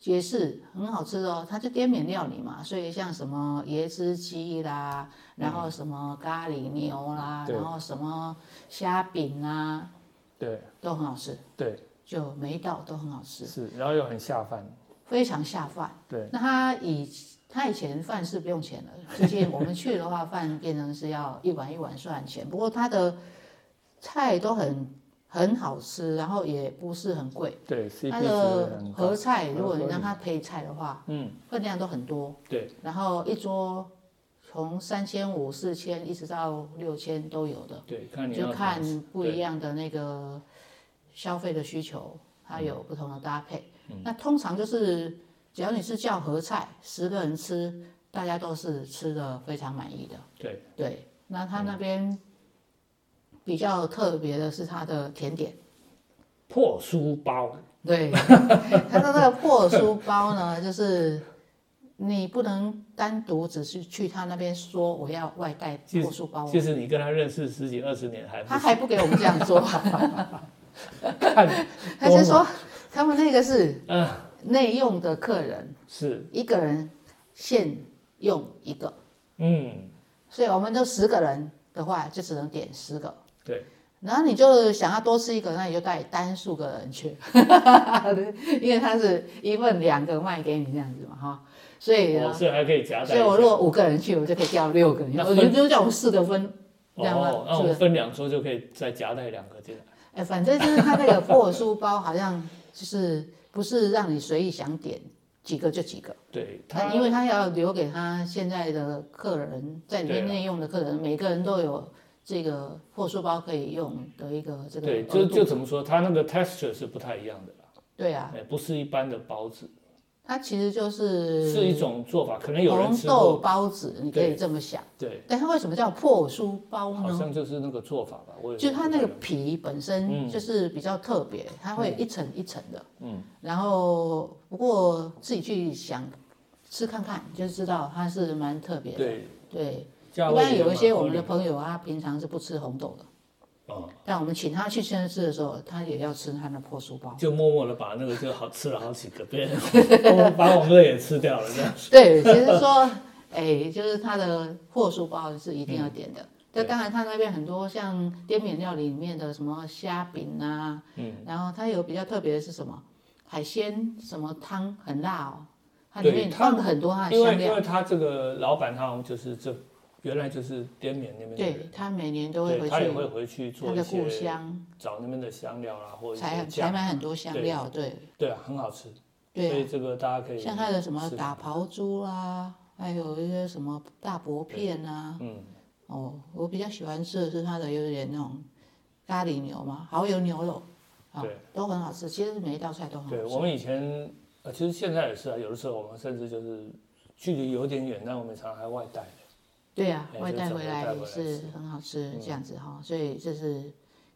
也是很好吃的哦，它就滇缅料理嘛，所以像什么椰汁鸡啦，然后什么咖喱牛啦，
嗯对
然后什么虾饼啊，
对
都很好吃，
对
就每一道都很好吃，
是，然后又很下饭，
非常下饭。
对
那他以他以前饭是不用钱的，最近我们去的话，饭变成是要一碗一碗算钱。不过他的菜都很很好吃，然后也不是很贵。
对，CP
他
值
的
很高
合。菜，如果
合
你
理
让他配菜的话，
嗯，
分量都很多。
对，
然后一桌从三千五、四千一直到六千都有的，
对，看你要
就
怎么
看
吃
不
对
一样的那个消费的需求，它
嗯
有不同的搭配。那通常就是，只要你是叫合菜，十个人吃，大家都是吃的非常满意的。
对
对，那他
嗯
那边比较特别的是它的甜点。
破酥包， (laughs)
对，它的那个破书包呢，就是你不能单独只是去他那边说我要外带
其实
破书包，
其实你跟他认识十几二十年还不
他还不给我们这样做，
看，
他是说他们那个是
嗯，
内用的客人，
是，
一个人限用一个，
嗯，
所以我们就十个人的话就只能点十个。
对，
然后你就想要多吃一个，那你就带单数个人去， (laughs) 因为他是一份两个卖给你这样子嘛哈，所以
我是还可以夹带
所
一
以
下。
我如果五个人去，我就可以叫六个人，
那
我
分
就就叫我们四个分，这样吗
哦，？那
是
我
不
们
是？
分两桌就可以再夹带两个进来。
哎，反正就是他那个破书包，好像就是不是让你随意想点几个就几个，
对
他
他，
因为他要留给他现在的客人在里
对
面
啊
内用的客人，每个人都有这个破书包可以用的一个这个
对，
额
就
度
就怎么说，它那个 texture 是不太一样的啦，
对啊，
哎，不是一般的包子，
它其实就是
是一种做法，可能有人
红
吃
豆
过，
包子，你可以
对
这么想。
对，
但它为什么叫破书包
好
呢？
像就是那个做法吧，我也
就它那个
不太嗯
皮本身就是比较特别，它会一层一层的。嗯，然后不过自己去想吃看看，就知道它是蛮特别
懂
的。
对，
对，
价
一
位
般
也
有一些
蛮
我
合
们的
理
朋友，他平常是不吃红豆的，
哦，
但我们请他去吃吃的时候，他也要吃他的破书包。
就默默的把那个就好吃了好几个，别人 (laughs) 我们把我们的也吃掉了，这样
对，其实说，哎，就是它的破书包是一定要点的。那、
嗯对
当然，它那边很多像滇缅料理里面的什么虾饼啊，嗯，然后它有比较特别的是什么海鲜什么汤很辣哦，它里
对
面
它
放了很多它的
因
啊香
为因
料，
为他这个老板他好像就是这原来就是滇缅那边的人，
对，它每年都会
对，
回
他也
去
会回去做
它
一
的故
些
乡，
找那边的香料啦，或者一些
采采
酱，啊
买很多香
对
料，对
对啊，很好吃，
对啊
所以这个大家可以
像它的什么
试
打抛猪啦，还有一些什么大薄片啊，嗯，哦，我比较喜欢吃的是它的有点那种咖喱牛嘛，蚝油牛肉，啊、
对
都很好吃。其实每一道菜都很
对，
好
我们以前呃，其实现在也是啊，有的时候我们甚至就是距离有点远，但我们常常还外带。
吃，对啊，
哎
外
就
带
整
回
个
来
带
也
回来嗯
是很好吃，这样子哈、所以这是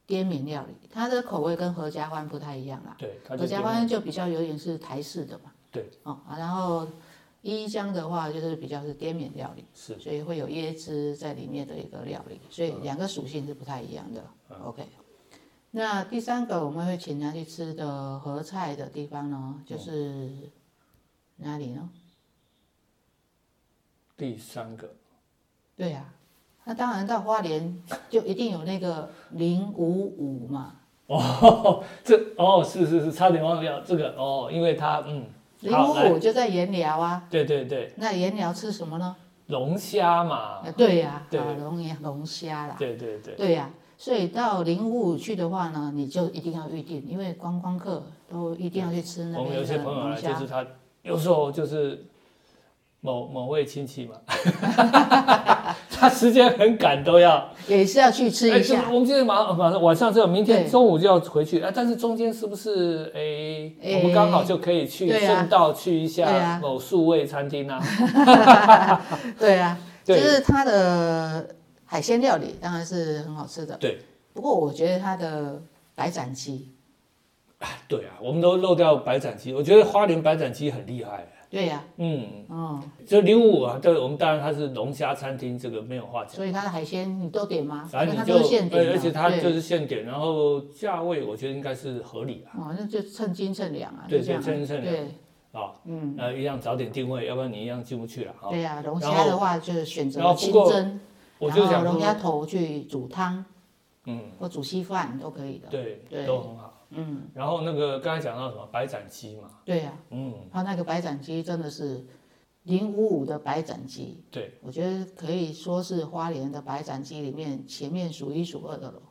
滇缅料理，它的口味跟合家欢不太一样啦。
对，它就
合家
变
欢就比较有点是台式的嘛，
对，
哦，啊然后伊江的话就是比较是滇缅料理。
是
所以会有椰汁在里面的一个料理，所以两个属性是不太一样的。OK，那第三个我们会请他去吃的合菜的地方呢，就是哪里呢？
第三个
对呀、那当然到花莲 (coughs) 就一定有那个零五五嘛，
哦，这哦是是是，差点忘掉这个哦，因为它嗯，
零
好
五
来，
五就在盐寮啊。
对对对，
那盐寮吃什么呢？
龙虾嘛，
呃对呀、
对
啊，龙虾龙虾啦。
对对对，
对呀、所以到零五五去的话呢，你就一定要预定，因为观光客都一定要去吃那
我们有
边
些
的
朋友
龙
来就
虾。
是他有时候就是某某位亲戚
(laughs)
嘛，他时间很赶，都要
也是要去吃
哎
一
就是
下。
我们今天马上马上晚上只有明天
对
中午就要回去啊，但是中间是不是哎，
哎
我们刚好就可以去
对啊
顺道去一
对
下
啊
某数位餐厅啊？
(laughs) 对啊，就
哎对
是它的海鲜料理当然是很好吃的。
对，
不过我觉得它的白斩鸡，
哎对啊，我们都漏掉白斩鸡，我觉得花莲白斩鸡很厉害。
对呀、
嗯，
嗯，
就零五五啊，对我们当然它是龙虾餐厅，这个没有话讲。
所以它的海鲜你都点吗？
反
因为
正你
它都
就是
现点
对
的，
而且它
对
就是现点，然后价位我觉得应该是合理
哦，那就称斤称两啊，
对
就这样啊
对称斤称
对，
啊，嗯，
嗯，
呃，一样早点定位，要不然你一样进不去了啊。
对呀、龙
然
虾
后
的话就是选择
然后不
清
过
蒸，
我
然
就
后
想
龙
说，
虾头去煮汤
嗯，
或煮稀饭都可以的。
对，
对
都很好。
嗯，
然后那个刚才讲到什么白斩鸡嘛，
对呀、
嗯，
它那个白斩鸡真的是零五五的白斩鸡，
嗯对，
我觉得可以说是花莲的白斩鸡里面前面数一数二的了。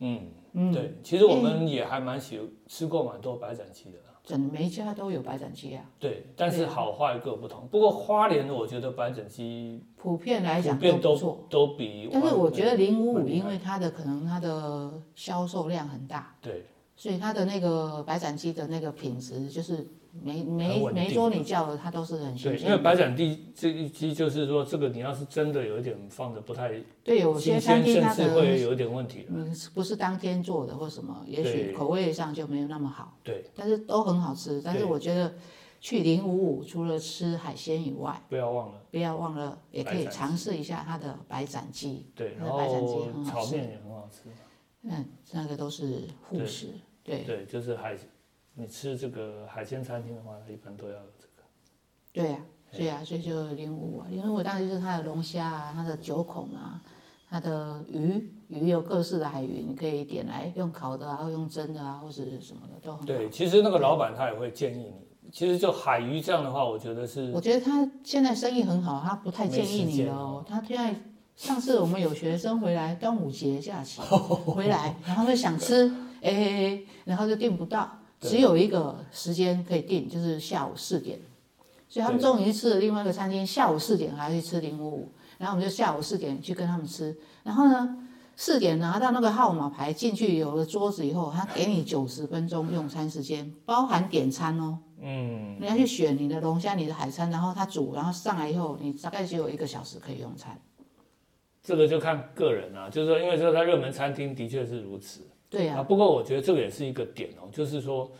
嗯，
嗯，
对，其实我们也还蛮喜吃过蛮多白斩鸡的。
整每一家都有白斩鸡啊。
对，但是好坏各不同。不过花莲的，我觉得白斩鸡
普遍来
嗯普
讲
遍
都
都
不错，
都比外面。
但是我觉得零五
蛮
五
厉
因为它的可能它的销售量很大，
对，
所以它的那个白斩鸡的那个品质就是每
很
每
稳定
每一桌你叫的它都是很新
对，
鲜
因
的。
为白斩鸡这一鸡就是说，这个你要是真的有一点放的不太
对有些
新
餐
鲜，
厅
甚
它可
至会
能
有一点问题。
嗯不是当天做的或什么，也许
对
口味上就没有那么好，
对，
但是都很好吃。但是
对
我觉得去零五五除了吃海鲜以外，
不要忘了，
不要忘了也可
白
以
斩鸡
尝试一下它的白斩鸡。
对，
那
然
白斩鸡
后
很好
炒
吃
面也很好吃。
嗯，那个都是护
对
食。对
对，就是海，你吃这个海鲜餐厅的话，它一般都要有这个。
对呀、对呀、所以就零五啊，零五当然就是它的龙虾啊，它的九孔啊，它的鱼，鱼有各式的海鱼，你可以点来用烤的啊，或用蒸的啊，或者是什么的都很好。
对，其实那个老板他也会建议你，其实就海鱼这样的话，我觉得
(laughs)
是
我觉得他现在生意很好，他不太建议
没时
你
间
了
哦
哦。他现在上次我们有学生回来，端午节假期
(laughs)
回来，然后就想吃，哎，然后就订不到，
对
只有一个时间可以订，就是下午四点。所以他们
对
终于去吃了另外一个餐厅，下午四点还去吃零五五，然后我们就下午四点去跟他们吃，然后呢。四点拿到那个号码牌进去，有了桌子以后，他给你九十分钟用餐时间，包含点餐哦。
嗯，
你要去选你的龙虾、你的海参，然后它煮，然后上来以后，你大概只有一个小时可以用餐。
这个就看个人啊，就是说，因为说它热门餐厅的确是如此。
对呀、
啊，不过我觉得这个也是一个点哦，就是说，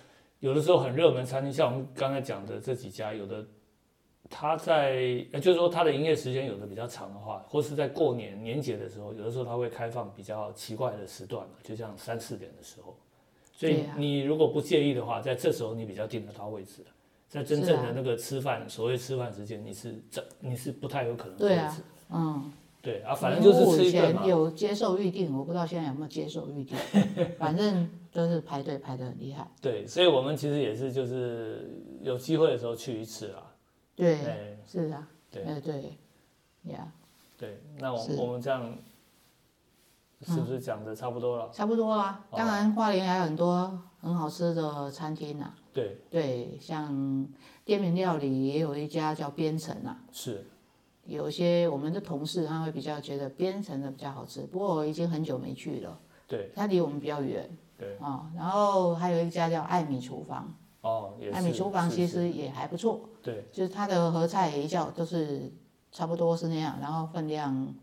有的时候很热门餐厅，像我们刚才讲的这几家，有的它在，呃就是说它的营业时间有的比较长的话，或是在过年年节的时候，有的时候它会开放比较奇怪的时段嘛，就像三四点的时候。所以
对啊
你如果不介意的话，在这时候你比较订得到位置的，在真
啊
正的那个吃饭，所谓吃饭时间，你是这你是不太有可能
对啊
位置
嗯，
对啊，反正就是
我
吃
以
一顿
前
嘛。
有接受预定，我不知道现在有没有接
(laughs)
受预定，反正就是排队排得很厉害。
对，所以我们其实也是就是有机会的时候去一次啦。
对，
对
是啊，
对
哎对，呀、
对，那我
是
我们这样是不是讲的差不多了？
差不多啊。
哦
当然，花莲还有很多很好吃的餐厅啊。
对，
对，像滇缅料理也有一家叫边城啊。
是，
有一些我们的同事他会比较觉得边城的比较好吃，不过我已经很久没去了，
对
它离我们比较远
对，
啊、然后还有一家叫艾米厨房，
哦，也是。
艾米厨房
是
其
是
实也还不错，
对
就是它的合菜一叫都是差不多是那样，然后分量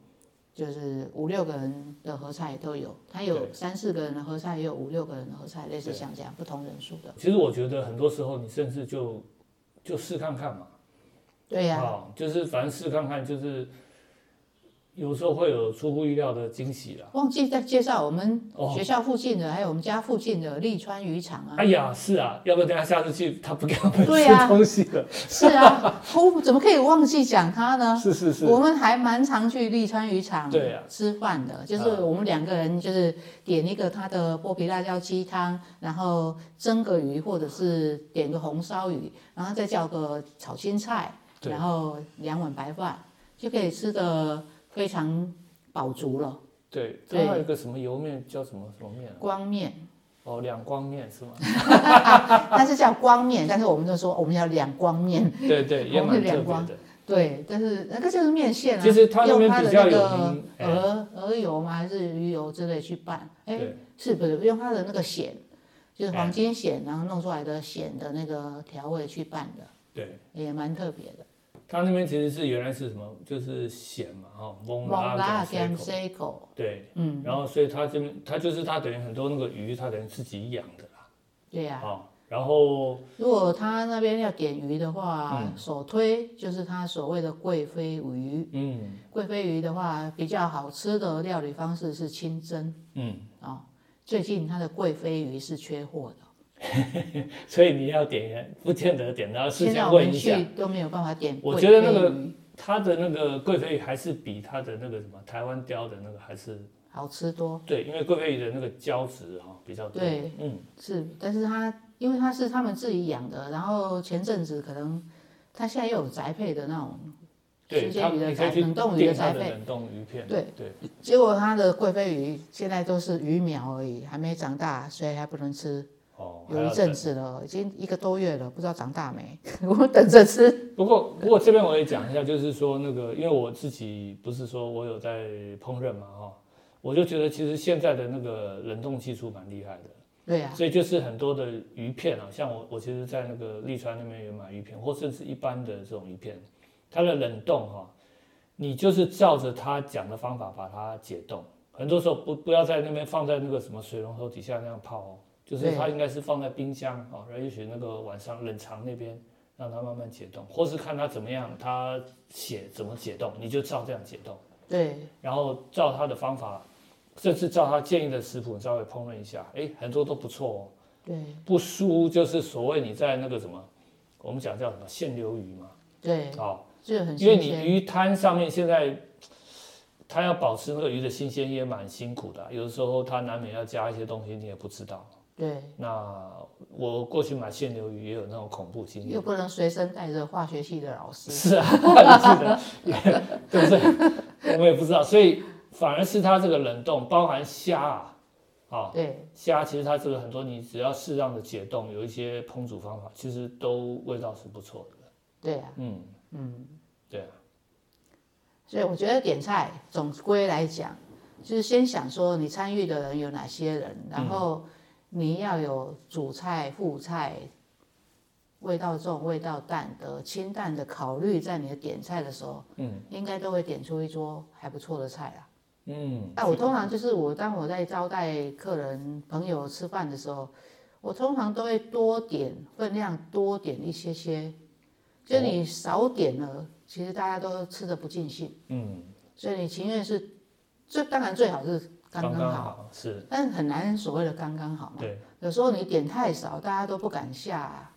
就是五六个人的合菜都有，它有
对
三四个人的合菜，也有五六个人的合菜，类似像这样不同人数的。
其实我觉得很多时候你甚至就就试看看嘛。
对呀、
哦就是反正试看看，就是有时候会有出乎意料的惊喜啦。
忘记再介绍我们
哦
学校附近的，还有我们家附近的利川渔场
(laughs)
啊。
哎呀，是啊，要不然等一下下次去他不给我们
对
吃
啊
东西了。
是啊，我怎么可以忘记讲他呢？
是是是，
我们还蛮常去利川渔场
对啊
吃饭的，就是我们两个人就是点一个他的剥皮辣椒鸡汤，然后蒸个鱼或者是点个红烧鱼，然后再叫个炒青菜，
对
然后两碗白饭，就可以吃的非常饱足了。
对，
对
还有一个什么油面叫什么什么面啊？
光面，
哦，两光面是吗？
(laughs) 它是叫光面，但是我们就说我们要两光面，
对对，也
我
蛮
们是两
特别
光
的。
对，但是那个就是面线啊，
其实它那
用
边
它
比
的
较
那
有
个
名哎
鹅鹅油嘛，还是鱼油之类去拌，哎，
对，
是不是用它的那个蚬，就是
哎
黄金蚬，然后弄出来的蚬的那个调味去拌的，
对，
也蛮特别的。
它那边其实是原来是什么，就是咸嘛，哈，蒙拉
拉
给它塞
gam
口
C 口，
对，
嗯，
然后所以它这边它就是它等于很多那个鱼，它等于自己养的啦，
对啊呀、
哦，然后
如果他那边要点鱼的话，首推就是他所谓的贵妃鱼。
嗯
贵妃鱼的话，比较好吃的料理方式是清蒸
嗯，
哦。最近它的贵妃鱼是缺货的，
所以你要点不见得点到，事
现在
先
我
问
们
一下
去，都没有办法点
我
贵
觉
妃
得那个
鱼，
它的那个贵妃鱼还是比它的那个什么台湾雕的那个还是
好吃多
对，因为贵妃鱼的那个胶质哈比较多，
对，
嗯
是，但是它因为它是他们自己养的，然后前阵子可能它现在又有宅配的那种
对，
新
它
鲜鱼的
你可以
宅
去
冷冻鱼
订
的
它
宅
的
配，
冷冻鱼片，
对
对，
结果它的贵妃鱼现在都是鱼苗而已，还没长大，所以还不能吃。
哦，还
有一
要
阵子了，已经一个多月了，不知道长大没， (laughs) 我们等着吃。
不过，不过这边我也讲一下，就是说那个，因为我自己不是说我有在烹饪嘛，哈、我就觉得其实现在的那个冷冻技术蛮厉害的，
对啊呀、
所以就是很多的鱼片啊，像我我其实，在那个利川那边有买鱼片，或甚至一般的这种鱼片，它的冷冻哈、你就是照着他讲的方法把它解冻，很多时候不不要在那边放在那个什么水龙头底下那样泡哦，就是
对
它应该是放在冰箱哦，然后也许那个晚上冷藏那边让它慢慢解冻，或是看它怎么样，它写怎么解冻，你就照这样解冻。
对
然后照他的方法，甚至照他建议的食谱稍微烹饪一下，诶，很多都不错哦。
对
不输就是所谓你在那个什么，我们讲叫什么现流鱼嘛，
对，
哦，
就很
因为
新
你
鲜。
鱼摊上面现在，它要保持那个鱼的新鲜也蛮辛苦的啊、有的时候它难免要加一些东西，你也不知道。
对，
那我过去买现流鱼也有那种恐怖经验
又，不能随身带着化学系的老师。
是啊， (laughs) 你记得， (laughs) 对不对？我们也不知道，所以反而是它这个冷冻，包含虾啊，啊、
对
虾其实它这个很多，你只要适当的解冻，有一些烹煮方法，其实都味道是不错的。
对啊呀、
嗯，
嗯，
对啊，
所以我觉得点菜总归来讲，就是先想说你参与的人有哪些人，然
嗯
后你要有主菜、副菜。味道重、味道淡的清淡的考虑，在你的点菜的时候，
嗯，
应该都会点出一桌还不错的菜啦。
嗯，
哎，我通常就是我当我在招待客人朋友吃饭的时候，我通常都会多点分量，多点一些些。
哦
就你少点了，其实大家都吃的不尽兴，
嗯，
所以你情愿是，这当然最好是刚
刚
刚好，
好是，
但是很难所谓的刚刚好嘛。
对，
有时候你点太少，大家都不敢下，啊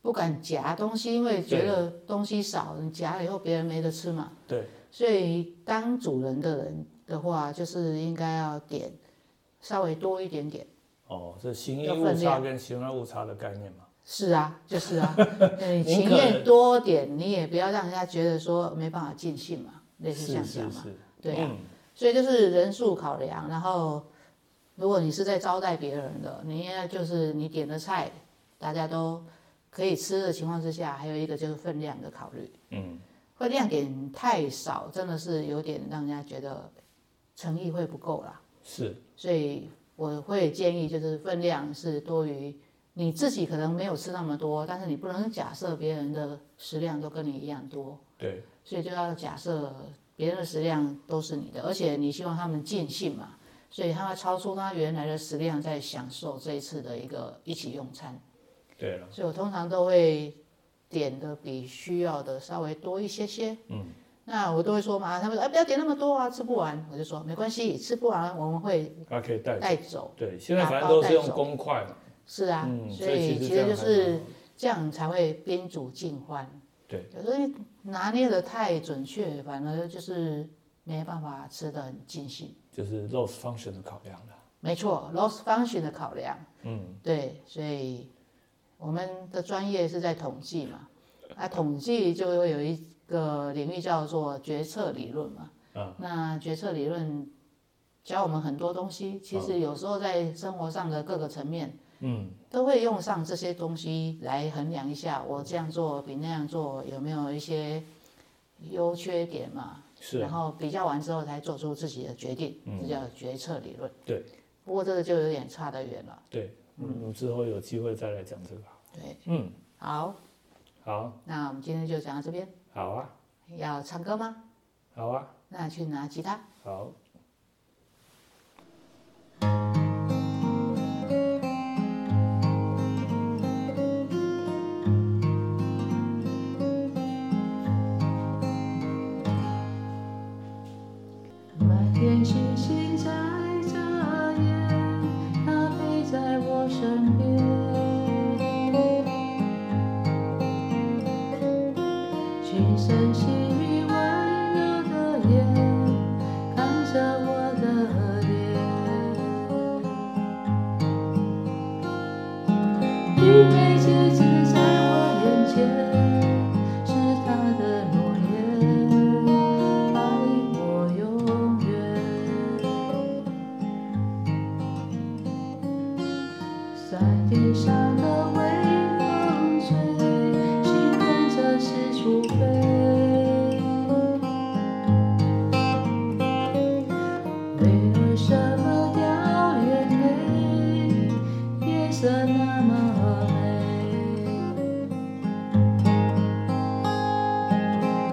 不敢夹东西，因为觉得东西少，你夹了以后别人没得吃嘛。
对，
所以当主人的人的话，就是应该要点稍微多一点点。
哦，这形意
要
误
分
差
量
跟形而误差的概念嘛。
是啊，就是
(laughs)
啊，你
宁
情
可
愿多点，你也不要让人家觉得说没办法尽兴嘛，类似
是
像这
是
样嘛。
是，
对啊
嗯，
所以就是人数考量，然后如果你是在招待别人的，你应该就是你点的菜大家都可以吃的情况之下，还有一个就是分量的考虑。
嗯，
会量点太少，真的是有点让人家觉得诚意会不够啦。
是，
所以我会建议，就是分量是多于你自己可能没有吃那么多，但是你不能假设别人的食量都跟你一样多，
对，
所以就要假设别人的食量都是你的，而且你希望他们尽兴嘛，所以他会超出他原来的食量，在享受这一次的一个一起用餐。
对啊了，
所以我通常都会点的比需要的稍微多一些些。嗯，那我都会说嘛，他们说哎不要点那么多啊，吃不完。我就说没关系，吃不完我们会
它可以带。
带走。
对，现在
打
反正
哦包
都是
带
用
走
公筷嘛。
是啊，
嗯
所
所以
以
其实
其
这样
实就
还
是这样才会宾主尽欢。
对，
有时候拿捏的太准确，反而就是没办法吃的很尽兴。
就是 loss function 的考量了。
没错，loss function 的考量。
嗯，
对，所以我们的专业是在统计嘛，啊，统计就会有一个领域叫做决策理论嘛。
嗯
那决策理论教我们很多东西，其实有时候在生活上的各个层面
嗯，
都会用上这些东西来衡量一下，我这样做比那样做有没有一些优缺点嘛，
是嗯
然后比较完之后才做出自己的决定，这叫决策理论。
对，
不过这个就有点差得远了。
对，嗯，之后有机会再来讲这个。
对，
嗯，
好，
好，
那我们今天就讲到这边。
好啊，
要唱歌吗？
好啊，
那去拿吉他。
好。
满天星星在眨眼，它飞在我身边。轻声细语，温柔的眼看着我的脸。一枚戒指在我眼前，是她的诺言。爱我永远。山顶上的微风吹，心跟着四处飞。为了什么掉眼泪？夜色那么美。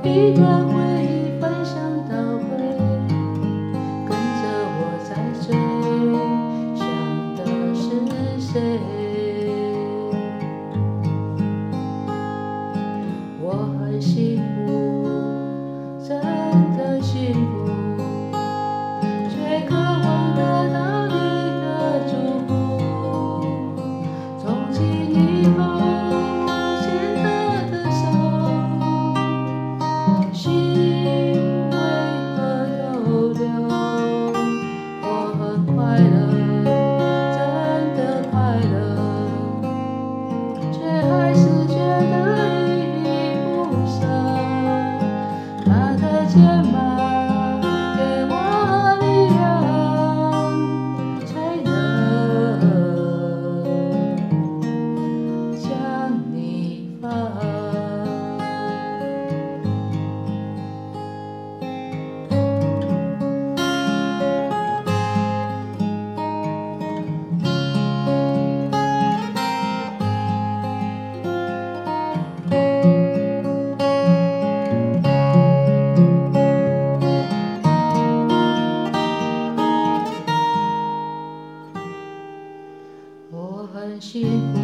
一段回忆翻箱倒柜，跟着我在追，想的是谁？我很幸福，真的幸福，却渴望得到你的祝福。从今以后，牵她的手。心为何逗留？我很快乐，真的快乐，却还是觉得依依不舍。那个肩膀给我力量，才能将你放。我很幸福，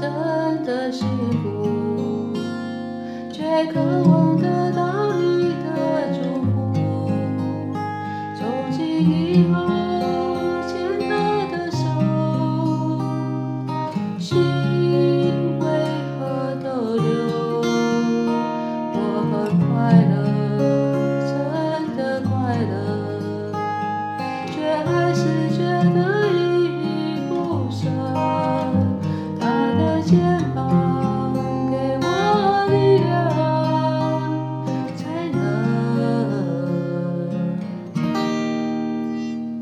真的幸福，却渴望得到你的祝福。从今以后，牵她的手，心为何逗留？我很快乐，真的快乐。却还是觉得依依不舍。他的肩膀给我力量，才能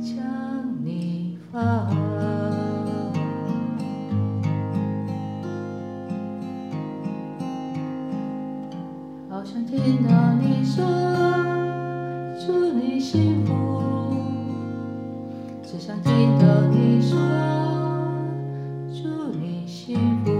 将你放。好想听到你说，祝你幸福。只想听到你说，祝你幸福。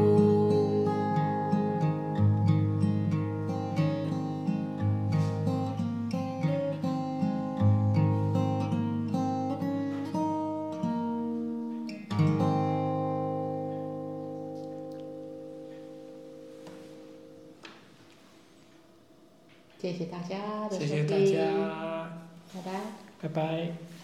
谢谢大家的收
谢
听，
谢大家，
拜拜。
拜拜。